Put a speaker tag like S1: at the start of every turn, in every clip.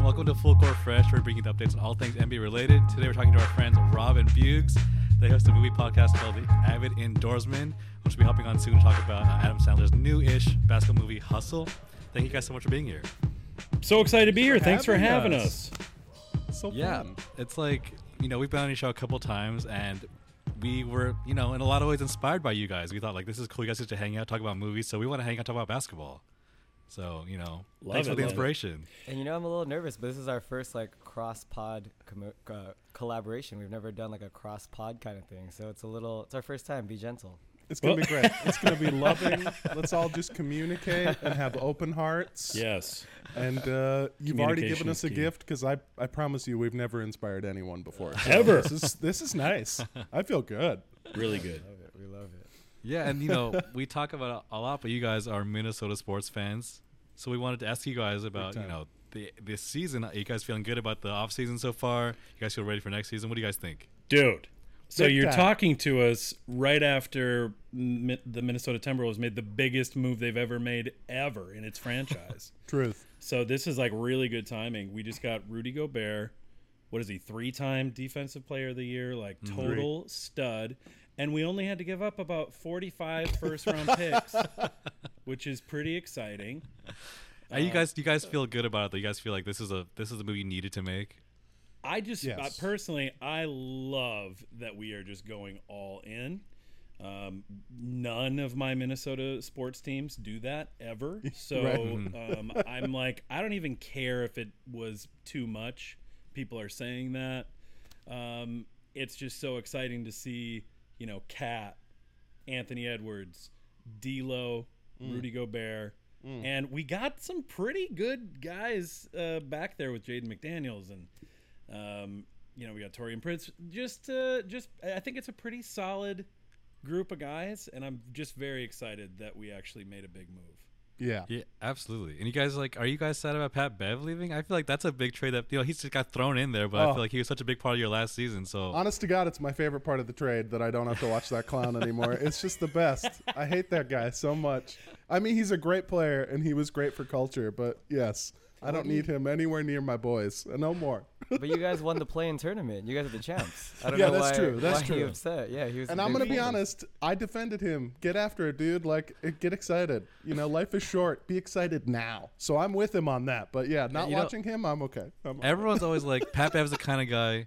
S1: Welcome to Full Core Fresh. We're bringing you updates on all things NBA related. Today, we're talking to our friends Rob and Bugs. They host a movie podcast called The Avid Indoorsman, which we'll be hopping on soon to talk about uh, Adam Sandler's new-ish basketball movie Hustle. Thank you guys so much for being here.
S2: So excited to be here.
S3: for
S2: Thanks for
S3: having
S2: having
S3: us.
S2: us.
S1: So
S3: Yeah.
S1: fun. it's like you know we've been on your show a couple times, and we were you know in a lot of ways inspired by you guys. We thought like this is cool. You guys get to hang out, talk about movies, so we want to hang out, talk about basketball. So you know,
S2: Love
S1: thanks
S2: it,
S1: for the
S2: love it.
S1: inspiration.
S3: And you know, I'm a little nervous, but this is our first like cross pod commo uh, collaboration. We've never done like a cross pod kind of thing, so it's a little. It's our first time. Be gentle.
S4: It's gonna
S2: Well-
S4: be great. It's gonna be loving. Let's all just communicate and have open hearts.
S2: Yes.
S4: And uh, you've already given
S2: Communication
S4: us
S2: is
S4: a
S2: key.
S4: gift because I, I promise you we've never inspired anyone before. So
S2: Ever.
S4: This is this is nice. I feel good.
S2: Really good.
S3: Love it. We love it.
S1: Yeah, and you know we talk about it a lot, but you guys are Minnesota sports fans, so we wanted to ask you guys about you
S4: time.
S1: know the this season. Are you guys feeling good about the off season so far? You guys feel ready for next season? What do you guys think?
S2: Dude. So
S4: Big
S2: you're
S4: time.
S2: talking to us right after Mi- the Minnesota Timberwolves made the biggest move they've ever made ever in its franchise.
S4: Truth.
S2: so this is like really good timing. We just got Rudy Gobert. What is he? Three-time Defensive Player of the Year, like total stud. And we only had to give up about 45 first-round picks, which is pretty exciting.
S1: Are you guys do you guys feel good about it? Do you guys feel like this is a this is a movie you needed to make?
S2: I just
S4: Yes.
S2: uh, personally, I love that we are just going all in. Um, none of my Minnesota sports teams do that ever, so um, I'm like, I don't even care if it was too much. People are saying that. Um, it's just so exciting to see, you know, Cat, Anthony Edwards, D'Lo, Rudy Gobert, and we got some pretty good guys uh, back there with Jaden McDaniels and. Um, you know, we got Torian Prince. Just, uh, just, I think it's a pretty solid group of guys, and I'm just very excited that we actually made a big move.
S4: Yeah.
S1: Yeah, absolutely. And you guys like, are you guys sad about Pat Bev leaving? I feel like that's a big trade that you know he's just got thrown in there, but I
S4: Oh.
S1: feel like he was such a big part of your last season. So
S4: Honest to God, it's my favorite part of the trade that I don't have to watch that clown anymore. It's just the best. I hate that guy so much. I mean, he's a great player and he was great for culture, but yes, I don't need him anywhere near my boys. No more.
S3: But you guys won the play-in tournament. You guys are the champs. I don't
S4: Yeah,
S3: know
S4: that's
S3: why,
S4: true. That's
S3: why you
S4: true.
S3: upset. Yeah, he was.
S4: And
S3: the
S4: I'm
S3: big
S4: gonna be
S3: reason.
S4: honest. I defended him. Get after it, dude. Like, it- get excited. You know, life is short. Be excited now. So I'm with him on that. But yeah, not
S1: you know-
S4: watching him, I'm okay. I'm
S1: everyone's always like, Pat Bev's the kind of guy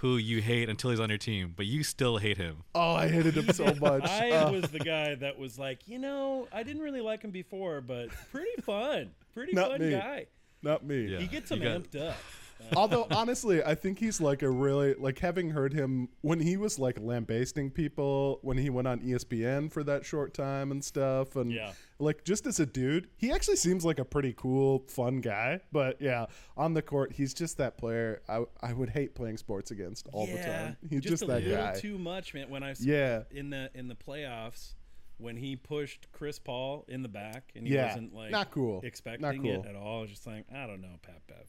S1: who you hate until he's on your team, but you still hate him.
S4: oh, I hated him so much.
S2: I
S4: Uh,
S2: was the guy that was like, you know, I didn't really like him before, but pretty fun, pretty
S4: Not
S2: fun
S4: me.
S2: guy.
S4: not me.
S1: Yeah.
S2: He gets him
S1: you got-
S2: amped up.
S4: Although honestly, I think he's like a really like having heard him when he was like lambasting people when he went on E ESPN for that short time and stuff, and
S2: Yeah.
S4: like just as a dude, he actually seems like a pretty cool, fun guy. But yeah, on the court, he's just that player I, I would hate playing sports against all the time. He's just,
S2: a
S4: that
S2: little
S4: guy.
S2: too much, man. When I s-
S4: Yeah.
S2: in the in the playoffs. When he pushed Chris Paul in the back, and he
S4: Yeah.
S2: wasn't like
S4: Not cool. Not
S2: expecting
S4: cool.
S2: it at all, I was just like, I don't know, Pat Bev.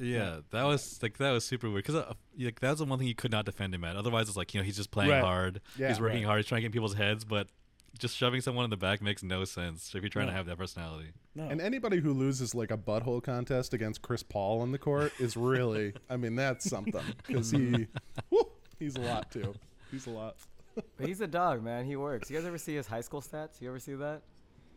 S1: Yeah, that was like that was super weird because uh, like that was the one thing you could not defend him at. Otherwise, it's like you know he's just playing
S4: Right.
S1: hard,
S4: Yeah.
S1: he's working hard, he's trying to get in people's heads, but just shoving someone in the back makes no sense if you're trying to
S2: No.
S1: have that personality.
S2: No,
S4: And anybody who loses like a butthole contest against Chris Paul on the court is really, I mean, that's something because he, whew, he's a lot too. He's a lot.
S3: But he's a dog, man. He works. You guys ever see his high school stats? You ever see that?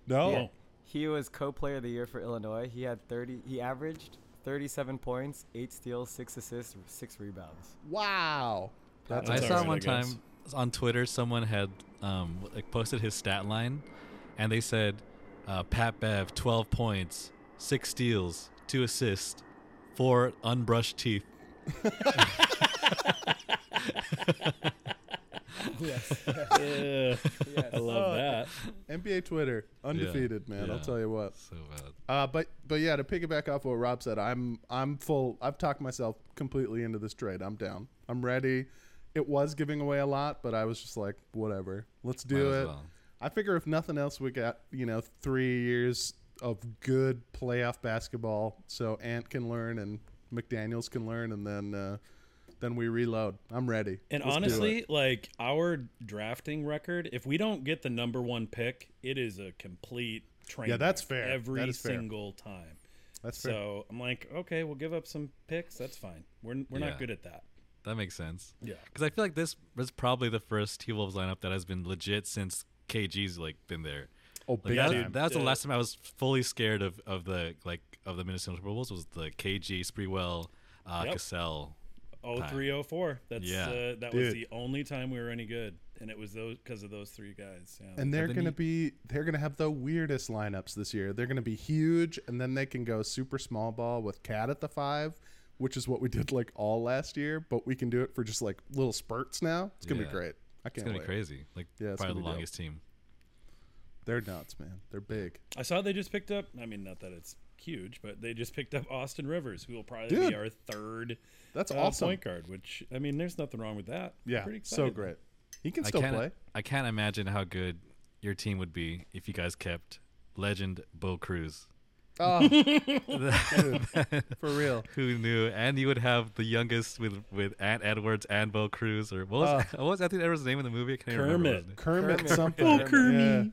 S4: No.
S2: Yeah.
S3: He was co-player of the year for Illinois. He had 30. He averaged 37 points, eight steals, six assists, six rebounds.
S4: Wow. That's
S1: I
S2: That's
S1: saw
S2: alright,
S1: one
S2: I
S1: time
S2: guess.
S1: on Twitter someone had um, like posted his stat line, and they said uh, Pat Bev twelve points, six steals, two assists, four unbrushed teeth.
S2: Yeah. I love that.
S4: NBA Twitter undefeated, man. I'll
S1: Yeah.
S4: tell you what.
S1: So bad.
S4: Uh, but but yeah, to piggyback off what Rob said, I'm I'm full. I've talked myself completely into this trade. I'm down. I'm ready. It was giving away a lot, but I was just like, whatever. Let's do
S1: Might as
S4: it.
S1: well.
S4: I figure if nothing else, we got you know three years of good playoff basketball, so Ant can learn and McDaniel's can learn, and then uh, then we reload. I'm ready.
S2: And
S4: Let's do it.
S2: honestly, like our drafting record, if we don't get the number one pick, it is a complete train.
S4: Yeah, that's
S2: wreck
S4: fair.
S2: Every
S4: That is fair.
S2: single time.
S4: That's fair.
S2: So I'm like, okay, we'll give up some picks. That's fine. We're we're
S1: Yeah.
S2: not good at that.
S1: That makes sense.
S2: Yeah.
S1: Because I feel like this was probably the first T Wolves lineup that has been legit since KG's like been there.
S4: Oh,
S1: Like
S4: big
S1: that,
S4: time.
S1: that was the
S2: Yeah.
S1: last time I was fully scared of, of the like of the Minnesota Super Bowls was the KG Spreewell uh,
S2: Yep.
S1: Cassell.
S2: Oh three oh four. That's
S1: Yeah.
S2: uh, that was
S4: Dude.
S2: the only time we were any good, and it was those because of those three guys. Yeah.
S4: and they're
S1: then
S4: going to
S1: you-
S4: be they're going to have the weirdest lineups this year. They're going to be huge and then they can go super small ball with Cat at the 5, which is what we did like all last year, but we can do it for just like little spurts now. It's going to
S1: Yeah.
S4: be great. I can't
S1: It's gonna
S4: wait.
S1: be crazy. Like
S4: Yeah, it's
S1: probably
S4: gonna be
S1: the
S4: dope.
S1: longest team.
S4: They're nuts, man. They're big.
S2: I saw they just picked up. I mean, not that it's huge, but they just picked up Austin Rivers, who will probably
S4: Dude.
S2: be our third
S4: That's
S2: uh,
S4: awesome.
S2: point guard. Which I mean, there's nothing wrong with that.
S4: Yeah.
S2: Pretty
S4: So
S2: excited.
S4: great. He can
S1: I
S4: still
S1: can't
S4: play.
S1: I can't imagine how good your team would be if you guys kept legend Bo Cruz.
S4: Oh, dude, for real.
S1: Who knew? And you would have the youngest with with Aunt Edwards and Bo Cruz, or what
S4: Uh,
S1: was what was Anthony Edwards' name in the movie? I can't even remember.
S2: Kermit.
S1: his name.
S4: Kermit,
S3: Kermit.
S4: something.
S3: Oh,
S2: Kermit.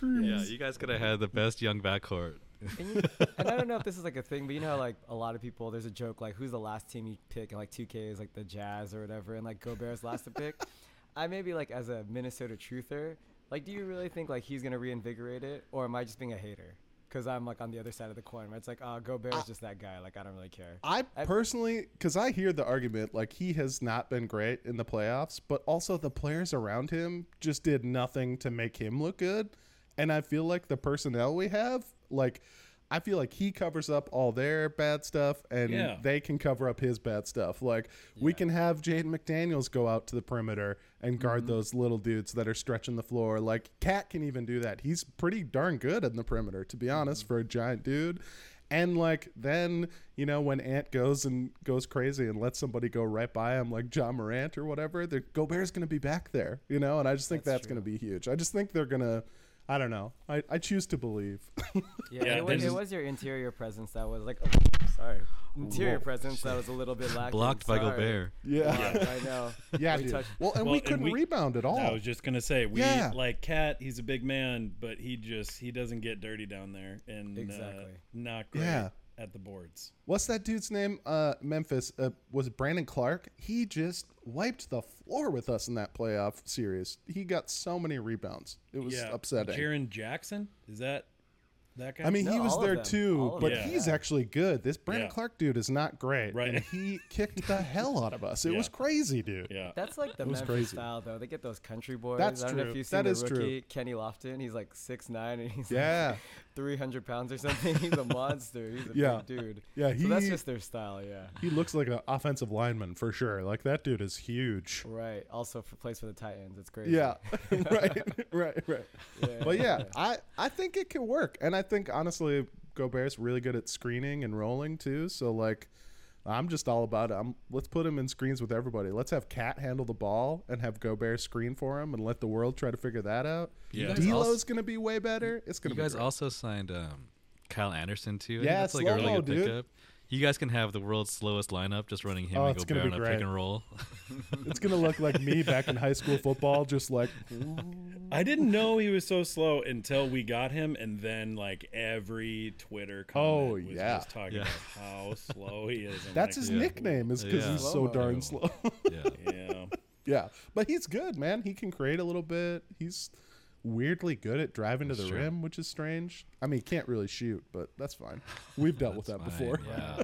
S1: Yeah, you guys could have had the best young backcourt.
S3: And, you- and I don't know if this is like a thing, but you know, how, like a lot of people, there's a joke like, who's the last team you pick? And like 2K is like the Jazz or whatever, and like Gobert's last to pick. I maybe like as a Minnesota truther, like, do you really think like he's gonna reinvigorate it, or am I just being a hater? Because I'm like on the other side of the coin, right? It's like, uh, Gobert is just that guy. Like, I don't really care.
S4: I
S3: I-
S4: personally, because I hear the argument like he has not been great in the playoffs, but also the players around him just did nothing to make him look good. And I feel like the personnel we have, like, I feel like he covers up all their bad stuff and
S2: Yeah.
S4: they can cover up his bad stuff. Like, we can have Jaden McDaniels go out to the perimeter and guard those little dudes that are stretching the floor. Like, Cat can even do that. He's pretty darn good in the perimeter, to be honest, for a giant dude. And like then, you know, when Ant goes and goes crazy and lets somebody go right by him, like John Morant or whatever, the Gobert's going to be back there, you know. And I just think that's,
S3: That's
S4: going to be huge. I just think they're going to, I don't know. I, I choose to believe.
S3: Yeah,
S2: Yeah,
S3: it, was,
S2: this
S3: it
S2: is-
S3: was your interior presence that was like, oh, sorry, interior
S4: Whoa.
S3: presence that was a little bit lacking.
S1: Blocked by
S3: Sorry.
S1: Gobert.
S4: yeah,
S3: Yeah, I know.
S4: yeah,
S3: We
S4: dude.
S3: touched-
S4: Well, and
S2: Well,
S4: we
S2: and
S4: couldn't
S2: we-
S4: rebound at all.
S2: I was just gonna say we
S4: Yeah.
S2: like Cat. He's a big man, but he just he doesn't get dirty down there, and uh,
S3: Exactly.
S2: not great
S4: Yeah.
S2: at the boards.
S4: What's that dude's name? Uh, Memphis uh, was it Brandon Clark. He just wiped the floor with us in that playoff series. He got so many rebounds. It was
S2: yeah,
S4: upsetting.
S2: Jaron Jackson is that that guy?
S4: I mean,
S3: No,
S4: he was
S3: all of
S4: there
S3: them. All
S4: too,
S3: of
S4: but
S2: them.
S4: he's actually good. This Brandon
S2: Yeah.
S4: Clark dude is not great,
S2: Right.
S4: and he kicked the hell out of us. It
S2: Yeah.
S4: was crazy, dude.
S2: yeah,
S3: That's like the
S4: was
S3: Memphis
S4: crazy.
S3: style, though. They get those country boys.
S4: That's
S3: I don't know
S4: true.
S3: if you've seen
S4: That
S3: the
S4: is true.
S3: rookie Kenny Lofton. He's like six nine and he's
S4: Yeah.
S3: like three hundred pounds or something. He's a monster. He's a
S4: Yeah.
S3: big dude.
S4: Yeah,
S3: so that's
S4: he-
S3: just their style. Yeah,
S4: He looks like an offensive lineman for sure. Like that dude is huge.
S3: right. Also for plays for the Titans. It's crazy.
S4: Yeah, right, right, right. But yeah, I I think it can work, and I think honestly, Gobert's really good at screening and rolling too. So like, I'm just all about it. I'm, let's put him in screens with everybody. Let's have Cat handle the ball and have Gobert screen for him, and let the world try to figure that out.
S1: You
S4: Yeah,
S1: guys also-
S4: D'Lo's gonna be way better. It's gonna
S1: You
S4: be
S1: guys
S4: great.
S1: also signed um, Kyle Anderson too. I think
S4: Yeah,
S1: that's like a really
S4: slow-mo,
S1: good
S4: dude.
S1: pickup. You guys can have the world's slowest lineup, just running him
S4: Oh,
S1: and
S4: it's
S1: Gobert
S4: gonna
S1: on
S4: be
S1: a
S4: great.
S1: pick and roll.
S4: It's gonna look like me back in high school football, just like
S2: I didn't know he was so slow until we got him, and then like every Twitter comment
S4: Oh,
S2: was
S4: yeah.
S2: just talking
S1: Yeah.
S2: about how slow he is. I'm
S4: that's
S2: like,
S4: his
S1: Yeah.
S4: nickname, is because
S1: Yeah.
S4: he's so
S3: Slow-mo.
S4: darn slow.
S1: yeah,
S2: Yeah,
S4: yeah, but he's good, man. He can create a little bit. He's weirdly good at driving to
S1: That's
S4: the
S1: true.
S4: rim, which is strange. I mean, he can't really shoot, but that's fine. We've dealt with that
S1: Fine,
S4: before.
S1: Yeah,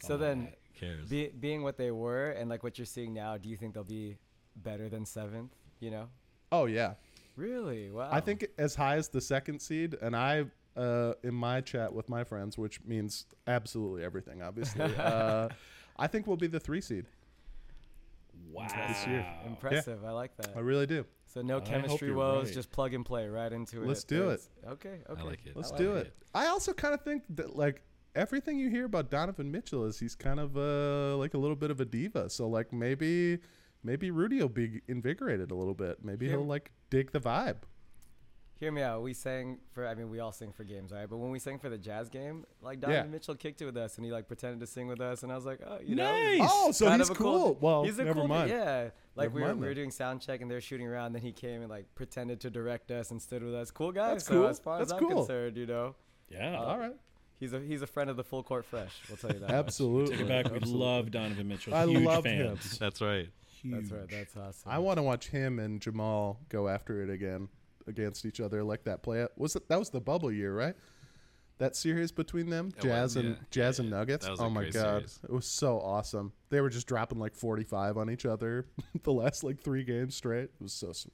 S3: So then,
S1: who cares.
S3: be, being what they were and like what you're seeing now, do you think they'll be better than seventh? You know.
S4: Oh yeah,
S3: Really? Wow.
S4: I think as high as the second seed, and I uh, in my chat with my friends, which means absolutely everything, obviously. uh, I think we'll be the three seed.
S2: wow.
S4: year.
S3: impressive. I like
S4: I
S3: that.
S4: really do.
S3: So no
S2: hope
S3: chemistry
S2: you're
S3: woes,
S2: right.
S3: just plug and play right into it.
S4: Let's do it.
S3: There's- Okay. Okay.
S1: like it.
S4: Let's
S1: I
S4: do
S1: like
S4: it. I also kind of think that like everything you hear about Donovan Mitchell is he's kind of uh, like a little bit of a diva. So like maybe maybe Rudy will be invigorated a little bit. Maybe
S3: Yeah.
S4: he'll like dig the vibe.
S3: Hear me out. We sang for. I mean, we all sing for games, all right? But when we sang for the jazz game, like Donovan
S4: Yeah.
S3: Mitchell kicked it with us, and he like pretended to sing with us, and I was like, oh, you
S2: Nice.
S3: know,
S4: Oh, so
S3: kind
S4: he's
S3: of a
S4: cool. Well,
S3: he's a
S4: never
S3: cool dude,
S4: mind.
S3: Yeah, like
S4: Never
S3: we were,
S4: mind
S3: we were
S4: then.
S3: doing sound check, and they were shooting around. Then he came and like pretended to direct us and stood with us. Cool guy.
S4: That's
S3: so
S4: cool.
S3: as far
S4: That's
S3: as I'm
S4: cool.
S3: concerned, you know,
S2: Yeah.
S4: All right.
S3: He's a he's a friend of the full court fresh. We'll tell you that. much.
S4: Absolutely.
S2: Take it back. We
S4: Absolutely.
S2: love Donovan Mitchell.
S4: I
S2: Huge
S4: love him.
S2: fans.
S1: That's right.
S3: That's
S2: Huge.
S3: right. That's awesome.
S4: I want to watch him and Jamal go after it again against each other like that play. Was it, that was the bubble year, right? That series between them,
S1: It
S4: Jazz
S1: was,
S4: and
S1: yeah.
S4: Jazz
S1: Yeah,
S4: and
S1: yeah.
S4: Nuggets.
S1: That was a
S4: Oh my
S1: great
S4: god,
S1: series.
S4: it was so awesome. They were just dropping like 45 on each other the last like 3 games straight. It was so sweet.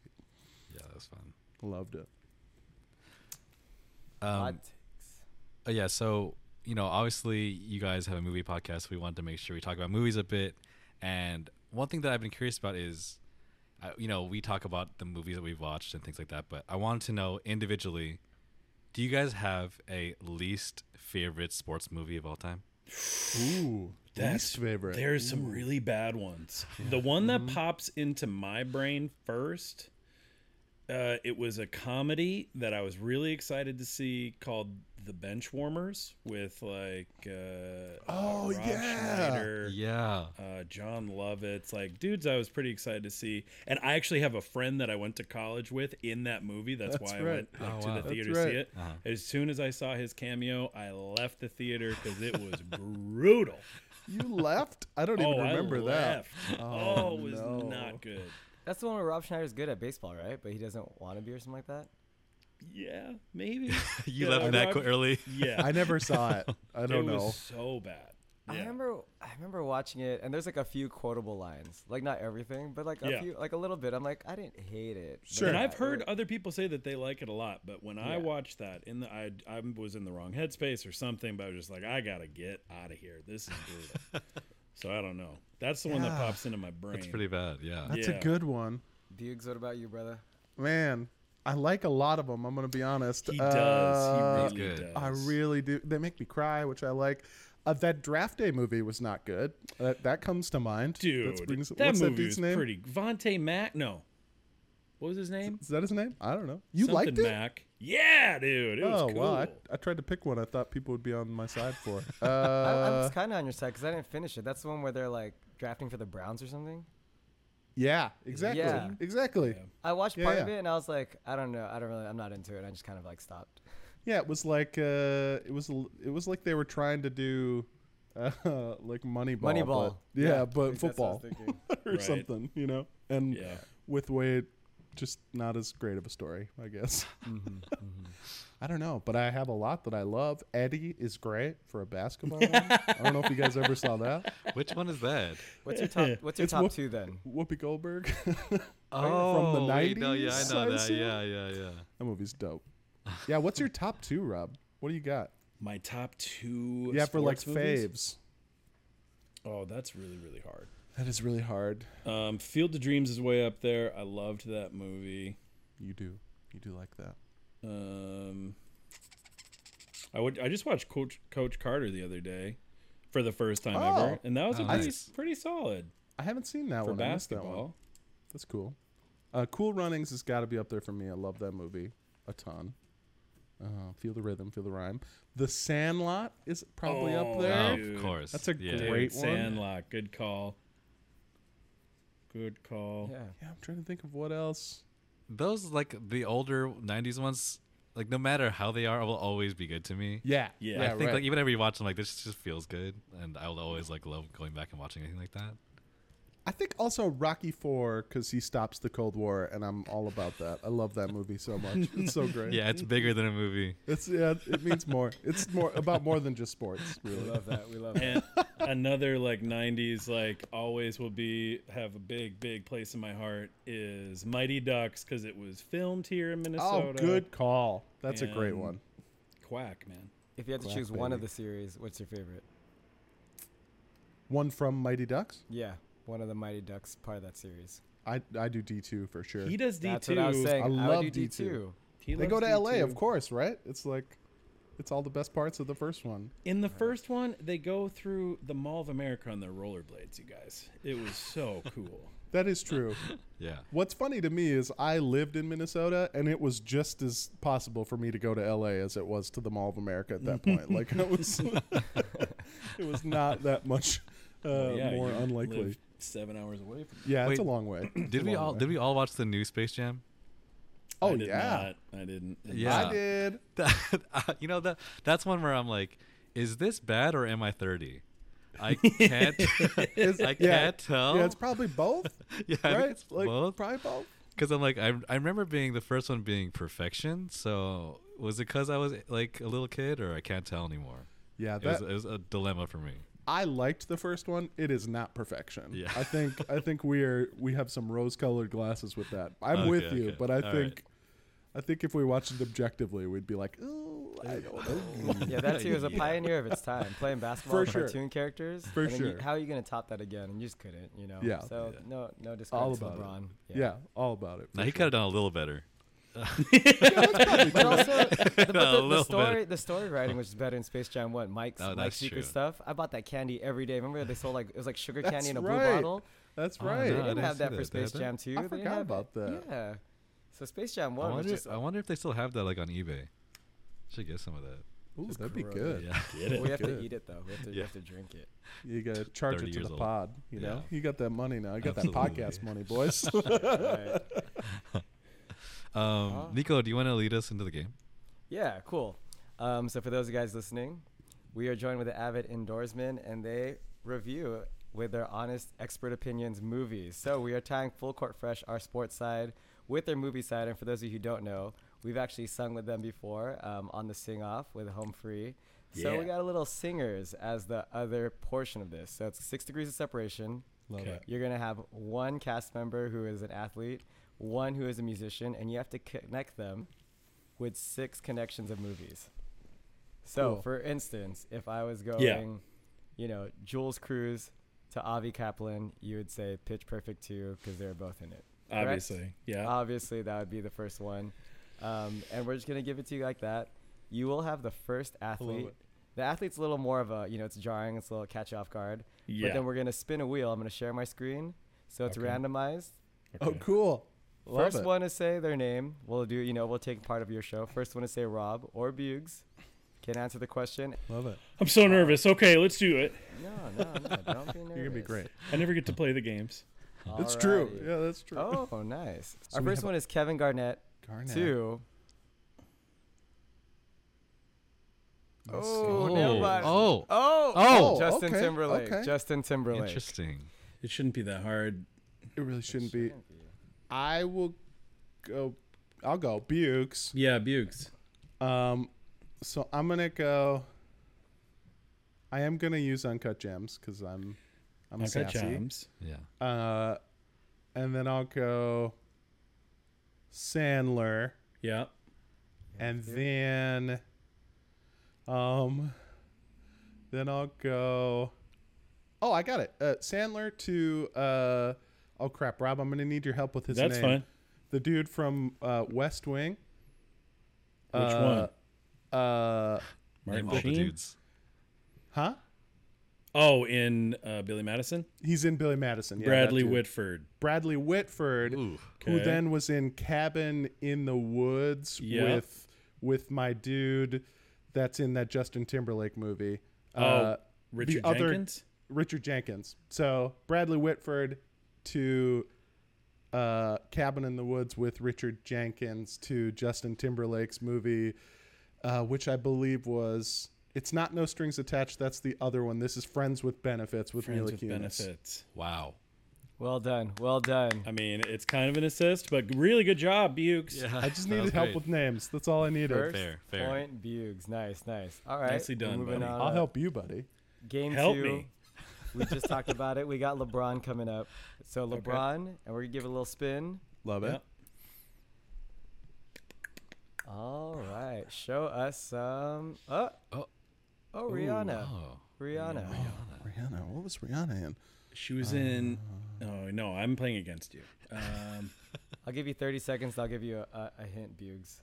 S1: Yeah, that's fun.
S4: Loved it.
S1: Um,
S3: Hot takes.
S1: Uh, yeah, so you know, obviously, you guys have a movie podcast. we wanted to make sure we talk about movies a bit. And one thing that I've been curious about is, uh, you know, we talk about the movies that we've watched and things like that. But I wanted to know individually, do you guys have a least favorite sports movie of all time?
S4: Ooh,
S2: That's
S4: least favorite.
S2: There's some really bad ones. The one that
S4: Mm-hmm.
S2: pops into my brain first, uh, it was a comedy that I was really excited to see called The Benchwarmers with like uh,
S4: Oh,
S2: Rob
S4: yeah.
S2: Schneider,
S1: Yeah,
S2: uh, John Lovitz, like dudes I was pretty excited to see. And I actually have a friend that I went to college with in that movie. That's,
S4: That's
S2: why I
S4: right.
S2: went like,
S1: Oh,
S2: to
S1: wow.
S2: the
S1: That's
S2: theater to
S4: right.
S2: see it.
S1: Uh-huh.
S2: As soon as I saw his cameo, I left the theater because it was brutal.
S4: you left? I don't even
S2: oh,
S4: remember
S2: I
S4: that.
S2: left. Oh, it was
S4: no.
S2: not good.
S3: That's the one where Rob Schneider's good at baseball, right? But he doesn't want to be or something like that.
S2: Yeah, maybe.
S1: you
S2: Yeah,
S1: left that
S2: Rob-
S1: qu- early.
S2: Yeah,
S4: I never saw it. I
S2: it
S4: don't know.
S2: was so bad.
S3: I
S2: Yeah.
S3: remember I remember watching it and there's like a few quotable lines. Like not everything, but like a
S2: Yeah.
S3: few like a little bit. I'm like, I didn't hate it. but
S4: Sure.
S2: And
S3: yeah,
S2: I've
S3: it
S2: heard
S3: was-
S2: other people say that they like it a lot, but when I
S3: Yeah.
S2: watched that, in the I, I was in the wrong headspace or something, but I was just like, I gotta get out of here. This is brutal. so I don't know. That's the one that
S4: Yeah.
S2: pops into my brain.
S1: That's pretty bad. Yeah.
S4: That's
S2: Yeah.
S4: a good one.
S3: Buggs, what about you, brother?
S4: Man, I like a lot of them. I'm going to be honest.
S2: He
S4: Uh,
S2: does. He really
S1: That's
S2: does.
S1: good.
S4: I really do. They make me cry, which I like. Uh, that draft day movie was not good. That that comes to mind.
S2: dude.
S4: That brings-
S2: that
S4: what's
S2: movie
S4: that dude's
S2: was
S4: name?
S2: pretty. Vontae Mack. No, what was his name?
S4: Is that his name? I don't know. You
S2: Something
S4: liked it?
S2: Mack. Yeah, dude. It was
S4: oh
S2: cool.
S4: wow! I, I tried to pick one. I thought people would be on my side for. Uh,
S3: I, I was kind of on your side because I didn't finish it. That's the one where they're like drafting for the Browns or something.
S4: yeah, exactly,
S3: Yeah.
S4: exactly. Yeah.
S3: I watched
S4: Yeah,
S3: part of
S4: yeah.
S3: it and I was like, I don't know, I don't really, I'm not into it. I just kind of like stopped.
S4: it was like uh, it was l- it was like they were trying to do uh, like Moneyball, but-
S3: Moneyball.
S4: yeah,
S3: I
S4: but
S3: think that's what I
S4: football
S3: was thinking.
S4: or
S2: Right.
S4: something, you know, and
S2: Yeah.
S4: with way just not as great of a story, I guess.
S2: Mm-hmm,
S4: I don't know, but I have a lot that I love. Eddie is great for a basketball. game. I don't know if you guys ever saw that.
S1: Which one is that?
S3: What's your top? What's your
S4: It's
S3: top
S4: Whoop-
S3: two then?
S4: Whoopi Goldberg.
S1: Oh,
S4: From the
S1: wait, no, yeah, I
S4: 90s,
S1: know
S4: I
S1: that.
S4: assume?
S1: Yeah, yeah, yeah.
S4: that movie's dope. Yeah, what's your top two, Rob? What do you got?
S2: My top two.
S4: yeah, for like
S2: sports movies?
S4: faves.
S2: Oh, that's really really hard.
S4: That is really hard.
S2: Um, Field of Dreams is way up there. I loved that movie.
S4: You do, you do like that.
S2: Um, I would. I just watched Coach Coach Carter the other day for the first time
S4: Oh.
S2: ever, and that was a
S1: Oh,
S2: pretty
S1: nice.
S2: pretty solid
S4: I haven't seen that
S2: for
S4: one. I missed that one.
S2: basketball.
S4: That's cool. Uh, cool Runnings has got to be up there for me. I love that movie a ton. Uh, feel the rhythm, feel the rhyme. The Sandlot is probably up
S2: Oh,
S4: there.
S2: dude.
S1: Of course.
S4: That's a
S1: yeah.
S2: Dude,
S4: Great one.
S2: Sandlot. Good call. Good call.
S3: Yeah.
S4: Yeah, I'm trying to think of what else.
S1: Those like the older '90s ones, like no matter how they are, will always be good to me.
S4: Yeah,
S2: Yeah.
S1: I think
S4: right.
S1: like even every watch, I'm like, this just feels good, and I will always like love going back and watching anything like that.
S4: I think also Rocky Four because he stops the Cold War, and I'm all about that. I love that movie so much. It's so great.
S1: Yeah, it's bigger than a movie.
S4: it's yeah, it means more. It's more about more than just sports,
S3: We
S4: really.
S3: love that. We love that.
S2: and another like 90s like always will be have a big big place in my heart is mighty ducks because it was filmed here in minnesota
S4: Oh, good call. That's a great
S2: And-
S4: one.
S2: quack man
S3: If you had to
S4: Quack,
S3: choose one of
S4: baby.
S3: the series, what's your favorite?
S4: One from Mighty Ducks.
S3: Yeah, one of the Mighty Ducks part of that series.
S4: I I do D two for sure.
S2: he does d2
S3: That's what I was saying.
S4: I
S3: I,
S4: love
S3: would do
S4: D2.
S3: D2.
S2: He
S4: They
S2: loves
S4: go to LA,
S2: D2.
S4: of course, right? It's like it's all the best parts of the first one.
S2: in the first one they go through the mall of america on their rollerblades you guys it was so cool
S4: That is true.
S1: Yeah,
S4: What's funny to me is I lived in Minnesota and it was just as possible for me to go to LA as it was to the Mall of America at that point. Like it was uh, it was not that much uh,
S2: Yeah,
S4: more
S2: you
S4: unlikely.
S2: live seven hours away from
S4: Yeah, it's a
S1: Wait,
S4: long way. It's
S1: did
S4: a
S1: we
S4: long
S1: all
S4: way.
S1: did we all watch the new Space Jam?
S4: Oh
S2: I did
S4: yeah.
S2: not. i didn't
S1: Yeah.
S4: I did.
S1: uh, you know that that's one where I'm like, is this bad or am I 30? I can't. I can't tell.
S4: Yeah, it's probably both.
S1: Yeah, I think
S4: right?
S1: it's
S4: like,
S1: both.
S4: Probably both.
S1: Because I'm like, I, I remember being the first one being perfection. So was it because I was like a little kid or I can't tell anymore?
S4: Yeah,
S1: It was,
S4: that
S1: it was a dilemma for me.
S4: I liked the first one. It is not perfection.
S1: Yeah.
S4: I think I think we're we have some rose-colored glasses with that. I'm with
S1: Okay,
S4: you,
S1: okay.
S4: but I
S1: All
S4: think I think if we watched it objectively, we'd be like, "Ooh, I don't know."
S3: Yeah, that too was a
S1: Yeah.
S3: pioneer of its time, playing basketball
S4: For
S3: with
S4: sure.
S3: cartoon characters.
S4: For
S3: and then you-
S4: sure.
S3: how are you going to top that again? And you just couldn't, you know.
S4: Yeah.
S3: So
S1: Yeah.
S3: no, no
S4: All
S3: discredit to
S4: about it.
S3: LeBron.
S4: yeah. all about it. for
S1: Now he
S4: sure.
S1: could have done a little better.
S3: But also, the, but
S1: No, a
S3: the, the
S1: little
S3: story,
S1: better.
S3: the story writing was better in Space Jam One. Mike's
S1: Oh,
S3: Mike's
S1: that's
S3: secret
S1: true.
S3: stuff. I bought that candy every day. Remember they sold like it was like sugar candy
S4: That's
S3: in a blue
S4: right.
S3: bottle.
S4: That's
S1: Oh,
S4: right.
S1: no, I
S3: They didn't
S1: didn't
S3: have
S1: see
S3: that for
S1: that. They
S3: Space
S1: had that?
S3: Jam Two.
S4: I
S3: They didn't
S4: forgot
S3: have it.
S4: about that.
S3: Yeah. So Space Jam
S1: I
S3: One was
S1: wonder,
S3: just.
S1: I wonder if they still have that like on eBay. Should get some of that.
S4: Ooh,
S3: Just
S4: that'd be
S3: grow.
S4: good.
S1: Yeah.
S2: Get it.
S3: we have to
S4: Good.
S3: eat it though. We have to, we
S1: Yeah.
S3: have to drink it.
S4: You gotta charge
S1: 30
S4: it to
S1: years
S4: the
S1: old.
S4: pod. You know,
S1: Yeah.
S4: you got that money now. You got that
S1: Absolutely.
S4: podcast money, boys. Oh,
S3: Alright.
S1: Um,
S3: Ah.
S1: Nico, do you want to lead us into the game?
S3: Yeah, cool. Um, so for those of you guys listening, we are joined with the avid indoorsman, and they review with their honest expert opinions movies. So we are tying full court fresh our sports side with their movie side. And for those of you who don't know, we've actually sung with them before um, on the sing off with Home Free. So we
S2: Yeah.
S3: got a little singers as the other portion of this. So it's six degrees of separation.
S4: Love
S2: Okay.
S4: it.
S3: You're going to have one cast member who is an athlete, one who is a musician, and you have to connect them with six connections of movies. So,
S4: Cool.
S3: for instance, if I was going,
S2: Yeah.
S3: you know, Jules Cruz to Avi Kaplan, you would say Pitch Perfect 2 because they're both in it. correct?
S2: Obviously, yeah.
S4: Uh,
S3: Obviously, that would be the first one. Um, and we're just going to give it to you like that. You will have the first athlete.
S4: it.
S3: The athlete's a little more of a, you know, it's jarring, it's a little catch you off guard. But
S2: Yeah.
S3: then we're going to spin a wheel. I'm going to share my screen. So it's
S2: Okay.
S3: randomized.
S4: Oh, cool. Love
S3: First
S4: it.
S3: one to say their name. We'll do, you know, we'll take part of your show. First one to say Rob or Bugs can answer the question.
S4: Love it.
S2: I'm so nervous. Okay, let's do it.
S3: No, no, no. Don't be nervous.
S4: You're gonna be great.
S2: I never get to play the games.
S4: It's true.
S3: Alrighty.
S4: Yeah, that's true.
S3: Oh, nice.
S4: So
S3: Our
S4: we
S3: first
S4: have
S3: one is Kevin Garnett.
S4: Garnett.
S3: Two.
S4: Let's see.
S3: Oh,
S1: Oh,
S3: nobody.
S1: oh,
S3: oh,
S1: oh,
S3: Justin
S4: okay,
S3: Timberlake.
S4: okay.
S3: Justin Timberlake.
S1: Interesting.
S2: It shouldn't be that hard.
S4: It really shouldn't be. I will go. I'll go Bukes.
S2: Yeah, Bukes.
S4: Um, so I'm gonna go. I am gonna use uncut gems because I'm, I'm
S2: Uncut
S4: sassy.
S2: Gems.
S1: Yeah.
S4: Uh, and then I'll go. Sandler,
S2: Yeah.
S4: and then, um, then I'll go. Oh, I got it. Uh, Sandler to uh, oh crap, Rob, I'm gonna need your help with his
S2: That's
S4: name.
S2: fine.
S4: The dude from uh, West Wing.
S2: Which
S4: Uh, Uh,
S2: one?
S1: Name all the
S2: Martin Sheen?
S1: dudes.
S4: huh?
S2: Oh, in uh, Billy Madison?
S4: He's in Billy Madison. Yeah, that
S2: Bradley
S4: dude.
S2: Whitford.
S4: Bradley Whitford,
S1: Ooh.
S4: who
S2: Okay.
S4: then was in Cabin in the Woods
S2: Yeah.
S4: with with my dude that's in that Justin Timberlake movie. Uh,
S2: Oh, Richard
S4: other-
S2: Jenkins?
S4: Richard Jenkins. So Bradley Whitford to uh, Cabin in the Woods with Richard Jenkins to Justin Timberlake's movie, uh, which I believe was it's not No Strings Attached. That's the other one. This is Friends with Benefits with
S2: Friends
S4: Mila
S2: with
S4: Kunis.
S2: benefits.
S1: Wow.
S3: Well done. Well done.
S2: I mean, it's kind of an assist, but really good job, Bukes.
S4: I just
S1: that was
S4: needed help
S1: great.
S4: with names. That's all I needed.
S3: First
S1: Fair, fair.
S3: point, Bugs. Nice, nice. All right.
S2: Nicely
S3: we're
S2: done,
S3: Moving
S2: buddy.
S3: on
S4: I'll
S3: up.
S4: help you, buddy.
S3: Game
S2: Help
S3: two.
S2: me.
S3: We just talked about it. We got LeBron coming up. So LeBron, and we're gonna give it a little spin.
S4: Love it.
S2: Yep.
S3: All right, show us some. Oh,
S1: Oh.
S3: oh, Rihanna,
S1: Oh.
S3: Rihanna.
S4: Rihanna. What was Rihanna in?
S2: She was in.
S4: Uh.
S2: Oh, no, I'm playing against you. Um,
S3: I'll give you 30 seconds. I'll give you a, a, a hint, Bugs.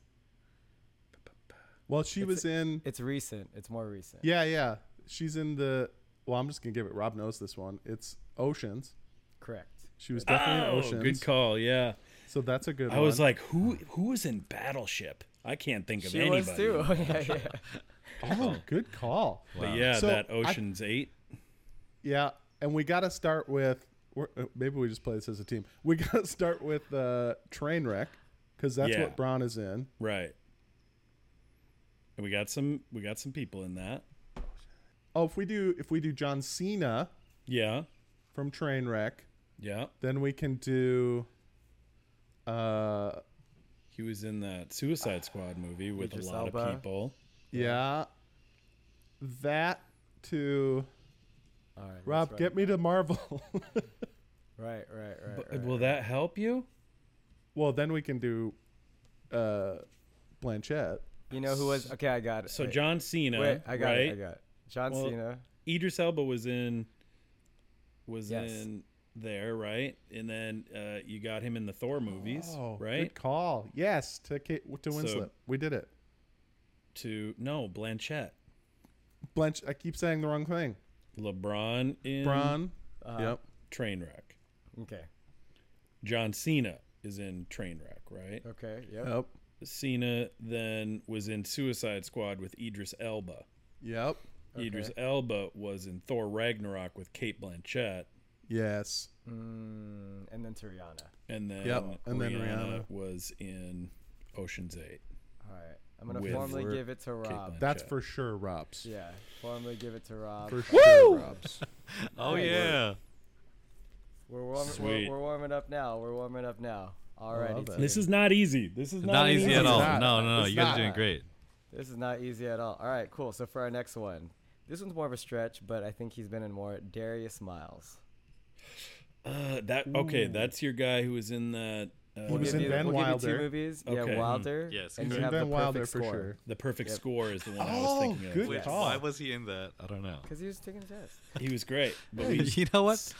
S4: Well, she
S3: It's
S4: was in.
S3: It's recent. It's more recent.
S4: Yeah, yeah. She's in the. Well, I'm just gonna give it. Rob knows this one. It's Oceans.
S3: Correct.
S4: She was definitely
S2: oh,
S4: in Oceans.
S2: good call. Yeah.
S4: So that's a good
S2: I
S4: one.
S2: was like, who who was in Battleship? I can't think of
S3: She
S2: anybody.
S3: was too. Oh, yeah, yeah.
S4: oh, good call.
S2: But yeah,
S4: So,
S2: that
S4: I-
S2: Ocean's Eight.
S4: Yeah, and we got to start with. We're, uh, maybe we just play this as a team. We got to start with uh, Trainwreck because that's
S2: Yeah.
S4: what Braun is in.
S2: Right. And we got some we got some people in that.
S4: oh, if we do if we do John Cena
S2: Yeah.
S4: from Trainwreck,
S2: Yeah.
S4: then we can do. Uh,
S2: He was in that Suicide Squad movie with a
S3: Idris
S2: lot
S3: Elba.
S2: of people.
S4: yeah, that to
S3: All right,
S4: Rob.
S3: that's
S4: Get me to Marvel.
S3: right, right, right, right.
S2: But
S3: right.
S2: will that help you?
S4: well, then we can do uh, Blanchett.
S3: you know who was? Okay, I got it.
S2: So
S3: Wait,
S2: John Cena,
S3: wait, I got
S2: right?
S3: it. I got it. John
S2: Well,
S3: Cena.
S2: Idris Elba was in was
S3: Yes.
S2: in there, right? And then uh, you got him in the Thor movies,
S4: Oh,
S2: right?
S4: Good call. Yes, to Kate, to
S2: So-
S4: Winslet. we did it.
S2: To no Blanchett,
S4: Blanch. I keep saying the wrong thing.
S2: LeBron in
S4: Braun. yep.
S2: Trainwreck.
S3: Okay,
S2: John Cena is in Trainwreck, right?
S3: okay, yep.
S4: Yep.
S2: Cena then was in Suicide Squad with Idris Elba.
S4: Yep.
S2: Idris Elba was in Thor Ragnarok with Kate Blanchett,
S4: Yes.
S2: Uh.
S3: Mm, and then to Rihanna.
S2: and then
S4: Yep, and then Rihanna.
S2: was in Ocean's Eight.
S3: All right, I'm gonna
S2: With
S3: formally
S2: Lord
S3: give it to Rob.
S2: Blanchett.
S4: That's for sure, Robs.
S3: Yeah, formally give it to Rob.
S4: For sure, Robs.
S1: Oh
S3: Hey,
S1: yeah.
S3: We're, warm,
S2: Sweet.
S3: we're, we're warming up now. We're warming up now. Alrighty,
S4: it.
S3: team.
S2: This is not easy. This is not,
S1: Not
S2: an
S1: easy at
S4: It's
S1: all.
S4: not.
S1: No, no, no.
S4: It's
S1: You guys
S4: not.
S1: are doing great.
S3: This is not easy at all. All right, cool. So for our next one, this one's more of a stretch, but I think he's been in more. Darius Miles.
S2: Uh, that okay. That's your guy who was in the uh,
S4: He was
S3: Give
S4: in
S3: you-
S4: Ben
S3: we'll give you
S4: Wilder.
S3: two movies.
S2: Okay.
S3: Yeah,
S2: Mm.
S3: Wilder.
S1: Yes,
S3: and
S1: he's
S3: you
S1: in
S3: have
S4: Ben
S3: the
S4: Wilder
S3: perfect
S4: for
S3: score.
S4: sure.
S2: the perfect score is the one I
S4: Oh,
S2: was thinking of.
S4: good
S1: Which,
S3: Yes.
S4: call.
S1: Why was he in that? I don't know.
S3: Because he was taking a test.
S2: He was great. But we,
S1: you know what?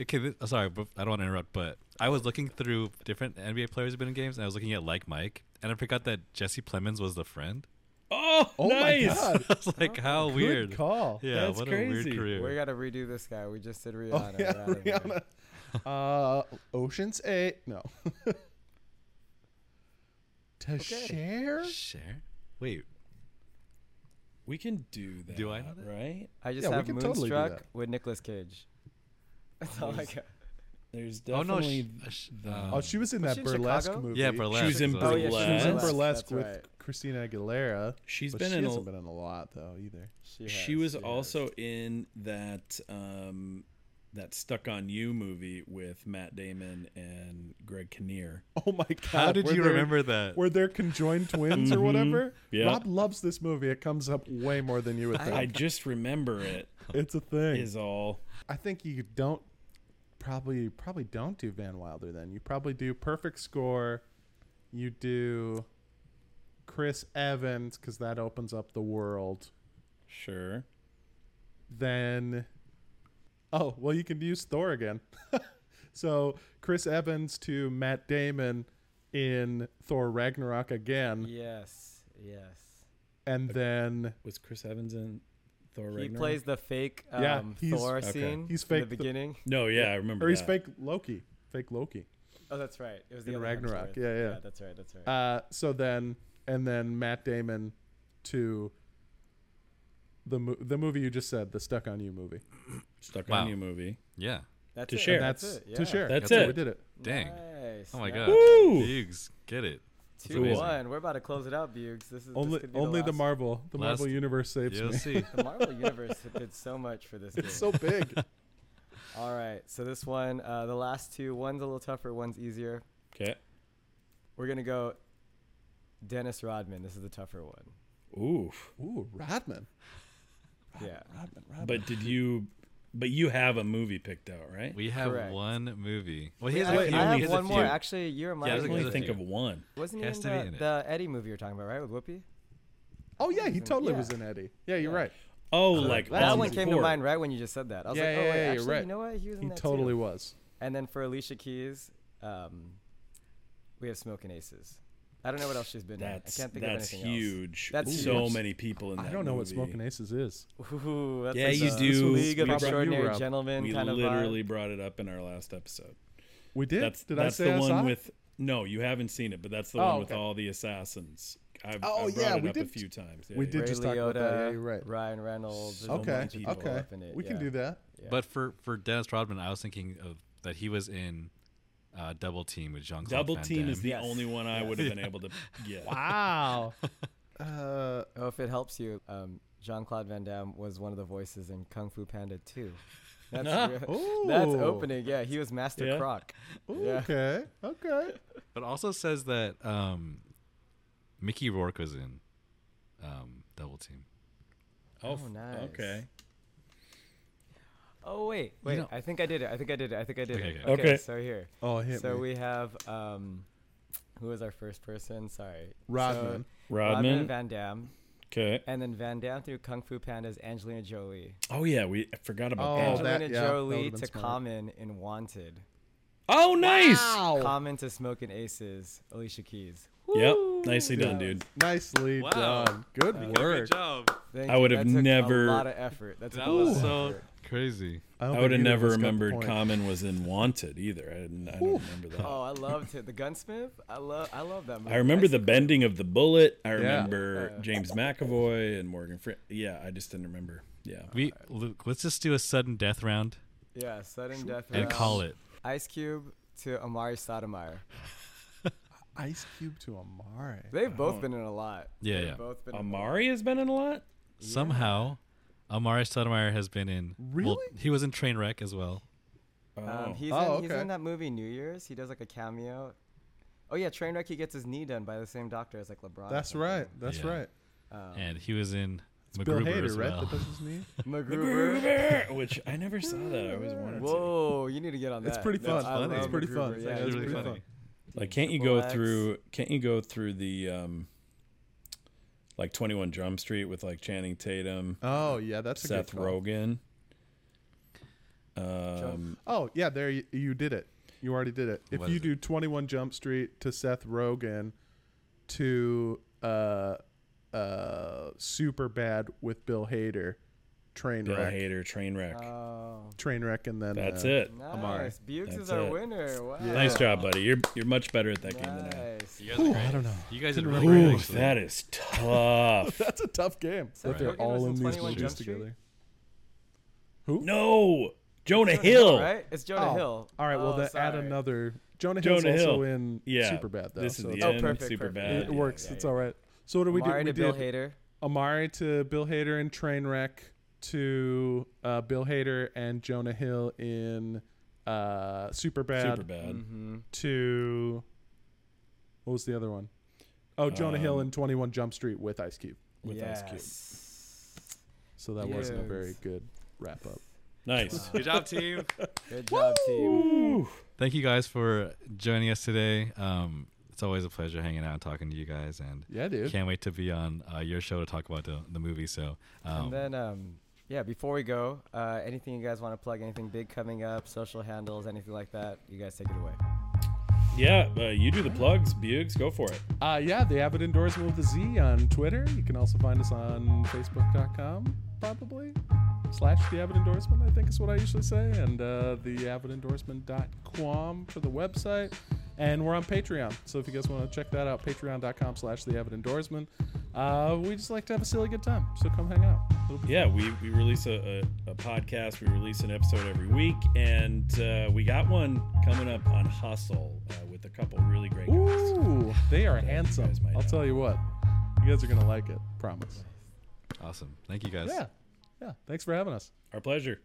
S1: Okay, th- uh, sorry, but I don't want to interrupt, but I was looking through different NBA players who've been in games, and I was looking at like Mike, and I forgot that Jesse Plemons was the friend.
S2: oh,
S4: Oh
S2: nice.
S4: my God.
S1: I was like, how weird.
S4: Good call.
S1: Yeah,
S2: That's
S1: what a
S2: crazy.
S1: weird career.
S3: We got to redo this guy. We just did
S4: Oh,
S3: Rihanna.
S4: yeah,
S3: We're outta here.
S4: Rihanna. Uh, Ocean's Eight. No. to share.
S1: Share? Wait,
S2: We can do that.
S1: Do I know that?
S2: Right?
S3: I just
S4: Yeah, we
S3: have
S4: can totally do
S3: Moonstruck
S4: that.
S3: with Nicolas Cage. That's all I got.
S2: There's
S1: oh no,
S2: definitely.
S1: sh- uh, sh-
S4: Oh,
S1: um,
S4: she was in
S3: Was
S4: that
S3: she in
S4: burlesque
S3: Chicago?
S4: movie.
S1: yeah, burlesque.
S2: was in
S1: so-
S3: Oh, yeah, she
S4: She was in
S2: Burlesque,
S4: burlesque
S3: that's
S4: with
S3: right.
S4: Christina Aguilera.
S2: She's
S4: but
S2: been
S4: she
S2: in a-
S4: hasn't been in a lot though either.
S3: She,
S2: she
S3: has,
S2: was
S3: she has.
S2: also in that um, that Stuck on You movie with Matt Damon and Greg Kinnear.
S4: Oh my god!
S1: How did
S4: were
S1: you
S4: there-
S1: remember that?
S4: Were there conjoined twins
S2: Mm-hmm.
S4: or whatever?
S2: Yeah.
S4: Rob loves this movie. It comes up way more than you would
S3: Oh,
S4: think.
S2: I just remember it
S4: it's a thing.
S2: is all.
S4: I think you don't probably probably don't do Van Wilder then. You probably do Perfect Score. You do Chris Evans because that opens up the world.
S2: Sure.
S4: Then, oh well, you can use Thor again. so Chris Evans to Matt Damon in Thor Ragnarok again,
S3: Yes, yes.
S4: and then
S2: Was Chris Evans in Thor
S3: He
S2: Ragnarok?
S3: plays the fake um,
S4: Yeah, he's-
S3: Thor
S2: Okay.
S3: scene
S4: He's
S3: in
S4: fake
S3: the
S4: the-
S3: beginning.
S2: No, yeah, I remember.
S4: or he's
S2: that.
S4: fake Loki, fake Loki.
S3: oh, that's right. It was the
S4: In
S3: other
S4: Ragnarok,
S3: Hemsworth.
S4: yeah, yeah.
S3: That's right. That's right.
S4: Uh, so then, and then Matt Damon to the mo- the movie you just said, the Stuck on You movie.
S2: Stuck
S1: Wow.
S2: on You movie.
S1: yeah.
S3: that's
S2: to
S3: it.
S2: share.
S4: That's,
S3: That's it. Yeah.
S4: to share.
S2: That's
S4: how
S2: it.
S4: We did it.
S1: Dang.
S3: Nice.
S1: Oh my
S3: nice.
S1: god.
S2: Woo!
S1: Hughes, get it.
S3: Two
S1: amazing.
S3: one. We're about to close it out, Bukes. This is this
S4: Only
S3: could be
S4: only the,
S3: last-
S4: Marvel the
S1: Last-
S4: Marvel universe saves
S1: You'll
S4: me.
S1: see.
S3: The Marvel universe did so much for this game.
S4: It's so big.
S3: All right, so this one, uh, the last two, one's a little tougher, one's easier.
S2: Okay.
S3: We're gonna go. Dennis Rodman. This is the tougher one.
S2: Oof.
S4: Ooh, Rodman.
S3: Yeah.
S4: Rodman. Rodman.
S2: But did you? But you have a movie picked out, right?
S1: We have
S3: Correct.
S1: one movie. Well,
S3: Wait,
S1: here's
S3: I,
S1: a few.
S3: I
S2: only
S1: He
S3: have
S1: has a
S3: one more.
S1: few.
S3: Actually, you
S2: I
S1: Yeah,
S3: reminded
S2: can
S1: there's
S3: me.
S2: only
S1: a
S3: of
S2: think
S1: few.
S2: of one.
S3: Wasn't
S1: Has
S3: he
S1: to
S3: in
S1: be
S3: the,
S1: in it.
S3: the Eddie movie you're talking about, right? With Whoopi.
S4: oh yeah, he totally
S3: Yeah.
S4: was in Eddie. Yeah, you're right.
S2: Oh, like
S3: That
S2: on
S3: one
S2: the
S3: came to
S2: court.
S3: mind right when you just said that. I was
S4: Yeah,
S3: like, oh,
S4: yeah,
S3: wait,
S4: yeah, you're
S3: actually,
S4: right.
S3: you know what? He was in
S4: He
S3: that
S4: totally
S3: too.
S4: was.
S3: And then for Alicia Keys, um, we have Smoking Aces. I don't know what else she's been
S2: That's
S3: in. I can't think
S2: that's
S3: of anything
S2: huge.
S3: That's
S2: That's so
S4: huge.
S2: many people in that.
S4: I don't know what
S2: movie.
S4: Smoking Aces is.
S3: else. Ooh, that's
S2: Yeah,
S3: like
S2: you
S3: the
S2: do.
S3: League
S2: We brought-
S4: you
S3: of
S4: were
S3: Extraordinary
S4: up.
S3: Gentlemen
S2: We
S3: kind of vibe.
S2: literally brought it up in our last episode.
S4: We did.
S2: That's
S4: did
S2: that's
S4: I say
S2: the
S4: I
S2: one
S4: saw it?
S2: with no, you haven't seen it, but that's the
S4: Oh,
S2: one with
S4: okay.
S2: all the assassins. I've,
S4: Oh,
S2: I brought
S4: yeah,
S2: it
S4: we
S2: up a
S4: did-
S2: few times. Yeah,
S4: we
S2: yeah.
S4: did
S3: Ray
S4: just talk about that.
S3: Liotta,
S4: Yeah, you're right.
S3: Ryan Reynolds. there's a
S4: Okay.
S3: bunch of people
S4: Okay.
S3: up in it,
S4: We can
S3: yeah.
S4: do that.
S3: Yeah.
S1: But for for Dennis Rodman, I was thinking of that he was in uh, Double Team with Jean Claude
S2: Double
S1: Van
S2: Team
S1: Damme.
S2: is the
S3: Yes.
S2: only one I would have been able to get.
S4: Wow. uh,
S3: Oh, if it helps you, um, Jean Claude Van Damme was one of the voices in Kung Fu Panda 2. That's, real- that's
S4: Ooh.
S3: opening. Yeah, he was Master
S2: Yeah.
S3: Croc.
S4: Ooh,
S3: Yeah.
S4: Okay. Okay.
S1: But it also says that um, Mickey Rourke was in um, Double Team.
S2: Oh,
S3: Oh,
S2: nice.
S3: nice.
S2: okay.
S3: Oh wait, wait.
S1: know-
S3: I think I did it. I think I did it. I think I did
S1: Okay,
S3: it.
S1: okay.
S3: Okay,
S2: Okay.
S3: so here.
S4: Oh, hit
S3: so
S4: me.
S3: we have um, who was our first person? Sorry, So,
S4: Rodman.
S2: Rodman.
S3: Van Damme,
S2: Okay.
S3: and then Van Damme through Kung Fu Panda's Angelina Jolie.
S2: Oh yeah, we I forgot about
S4: Oh,
S2: that.
S4: that-
S3: Angelina
S4: yeah, that
S3: Jolie
S4: would've been
S3: to
S4: smart.
S3: Common in Wanted.
S2: Oh, nice.
S3: Common to Smoking Aces. Alicia Keys.
S2: Yep. Nicely done, dude.
S4: Nicely
S1: Wow.
S4: done. Good work.
S1: job.
S3: Thank
S2: I
S3: you.
S2: would have
S3: That took
S2: never-
S3: A lot of effort. That, took
S1: That
S3: a lot
S1: was
S3: of
S1: so
S3: effort.
S1: crazy.
S4: don't
S2: I would have
S4: think either of
S2: never
S4: us got the
S2: remembered
S4: point.
S2: Common was in Wanted either. I didn't. I don't remember that.
S3: Oh, I loved it. The Gunsmith. I love. I love that movie.
S2: I remember the
S3: still-
S2: bending of the bullet. I remember James McAvoy and Morgan Freeman. Yeah, I just didn't remember. Yeah.
S1: We Luke, let's just do a sudden death round
S3: Yeah, sudden death.
S1: and
S3: Row.
S1: call it.
S3: Ice Cube to Amari Sotomayor.
S4: Ice Cube to Amare.
S3: They've both been in a lot.
S1: Yeah,
S3: They've
S1: yeah.
S3: Both been in a lot. Um,
S2: Amari has been in a lot.
S1: Somehow, Amari Sotomayor has been in. Well,
S4: Really?
S1: he was in Trainwreck as well.
S2: Oh.
S3: Um, he's,
S4: Oh,
S3: in, he's
S4: okay.
S3: in that movie New Year's. He does like a cameo. Oh yeah, Trainwreck. He gets his knee done by the same doctor as like LeBron. or
S4: That's
S3: something.
S4: right. That's
S1: Yeah.
S4: right.
S1: and he was in
S4: Oh. Bill
S1: MacGruber as
S4: Hader, right?
S1: well.
S4: That does his knee.
S3: MacGruber.
S2: which I never saw that. I always wanted to.
S3: Whoa, you need to get on that.
S4: It's pretty
S3: That's-
S4: fun.
S3: I
S1: funny.
S4: It's
S3: love
S4: pretty
S3: MacGruber.
S4: fun.
S3: Yeah,
S1: actually
S4: it's
S1: really
S4: pretty
S1: funny.
S4: fun.
S2: Like, can't you
S3: Triple
S2: go
S3: X.
S2: through? Can't you go through the um, like Twenty One Drum Street with like Channing Tatum,
S4: Oh yeah, that's a
S2: Seth
S4: good call.
S2: Rogen? Um,
S4: Oh yeah, there you, you did it. You already did it. If
S1: What
S4: you
S1: is it?
S4: do Twenty One Jump Street to Seth Rogen, to uh, uh, Super Bad with Bill Hader, Trainwreck,
S2: Bill Hader, Trainwreck.
S3: Oh,
S4: Trainwreck, and then
S2: That's
S4: uh,
S2: it.
S3: nice.
S4: Amari.
S3: Bukes
S2: That's
S3: is our
S2: it.
S3: winner. Wow.
S2: Nice job, buddy. You're you're much better at that game than I. am.
S3: Nice.
S1: You guys are great.
S4: I don't know.
S1: You guys did really great.
S2: Ooh,
S1: actually.
S2: that is tough.
S4: That's a tough game. That
S3: Seth
S4: they're
S3: Rogen
S4: all
S3: was in
S4: in these
S3: 21
S4: movies
S3: Jump Street?
S4: together.
S2: no, Jonah Hill.
S3: Right? It's Jonah
S4: Oh,
S3: Hill.
S4: All right. Well,
S3: Oh,
S4: then add
S3: sorry.
S4: another. Jonah Hill's
S2: Jonah Hill.
S4: also in
S2: Yeah,
S4: Super Bad though.
S2: This is
S4: so
S2: the
S4: it's-
S3: Oh,
S2: end.
S3: perfect,
S2: Super
S3: perfect.
S2: bad.
S4: it works. it's all right. So what do we
S3: Amari
S4: do? We
S3: to Bill
S4: did
S3: Hader.
S4: Amari to Bill Hader in Trainwreck to uh, Bill Hader and Jonah Hill in uh, Superbad
S2: Super bad.
S3: Mm. Mm-hmm.
S4: to what was the other one? Oh, Jonah
S2: Um,
S4: Hill in Twenty One Jump Street with Ice Cube.
S2: With Ice Cube.
S3: yes.
S4: So that wasn't a very
S3: Yes.
S4: good wrap up.
S2: Nice.
S1: Good job, team.
S3: Good job, team.
S1: Thank you guys for joining us today. Um, it's always a pleasure hanging out and talking to you guys, and
S4: Yeah, dude.
S1: can't wait to be on uh, your show to talk about the, the movie. So, um,
S3: And then, um, yeah, before we go, uh, anything you guys want to plug, anything big coming up, social handles, anything like that, you guys take it away.
S2: Yeah, uh, you do the plugs, Bugs. Go for it.
S4: Uh, yeah, the Avid Endorsement with a Z on Twitter. You can also find us on Facebook.com, probably. Slash the Avid Endorsement, I think is what I usually say. And uh, the avidendorsement.com for the website. And we're on Patreon. So if you guys want to check that out, patreon.com slash the Avid Endorsement. Uh, we just like to have a silly good time. So come hang out. It'll be
S2: Yeah, we, we release a, a, a podcast. We release an episode every week, and uh, we got one coming up on Hustle uh, with a couple really great guys.
S4: Ooh, they are handsome.
S2: guys might
S4: I'll
S2: know.
S4: tell you what. You guys are going to like it. Promise.
S1: awesome. Thank you guys.
S4: Yeah. Yeah. Thanks for having us.
S2: Our pleasure.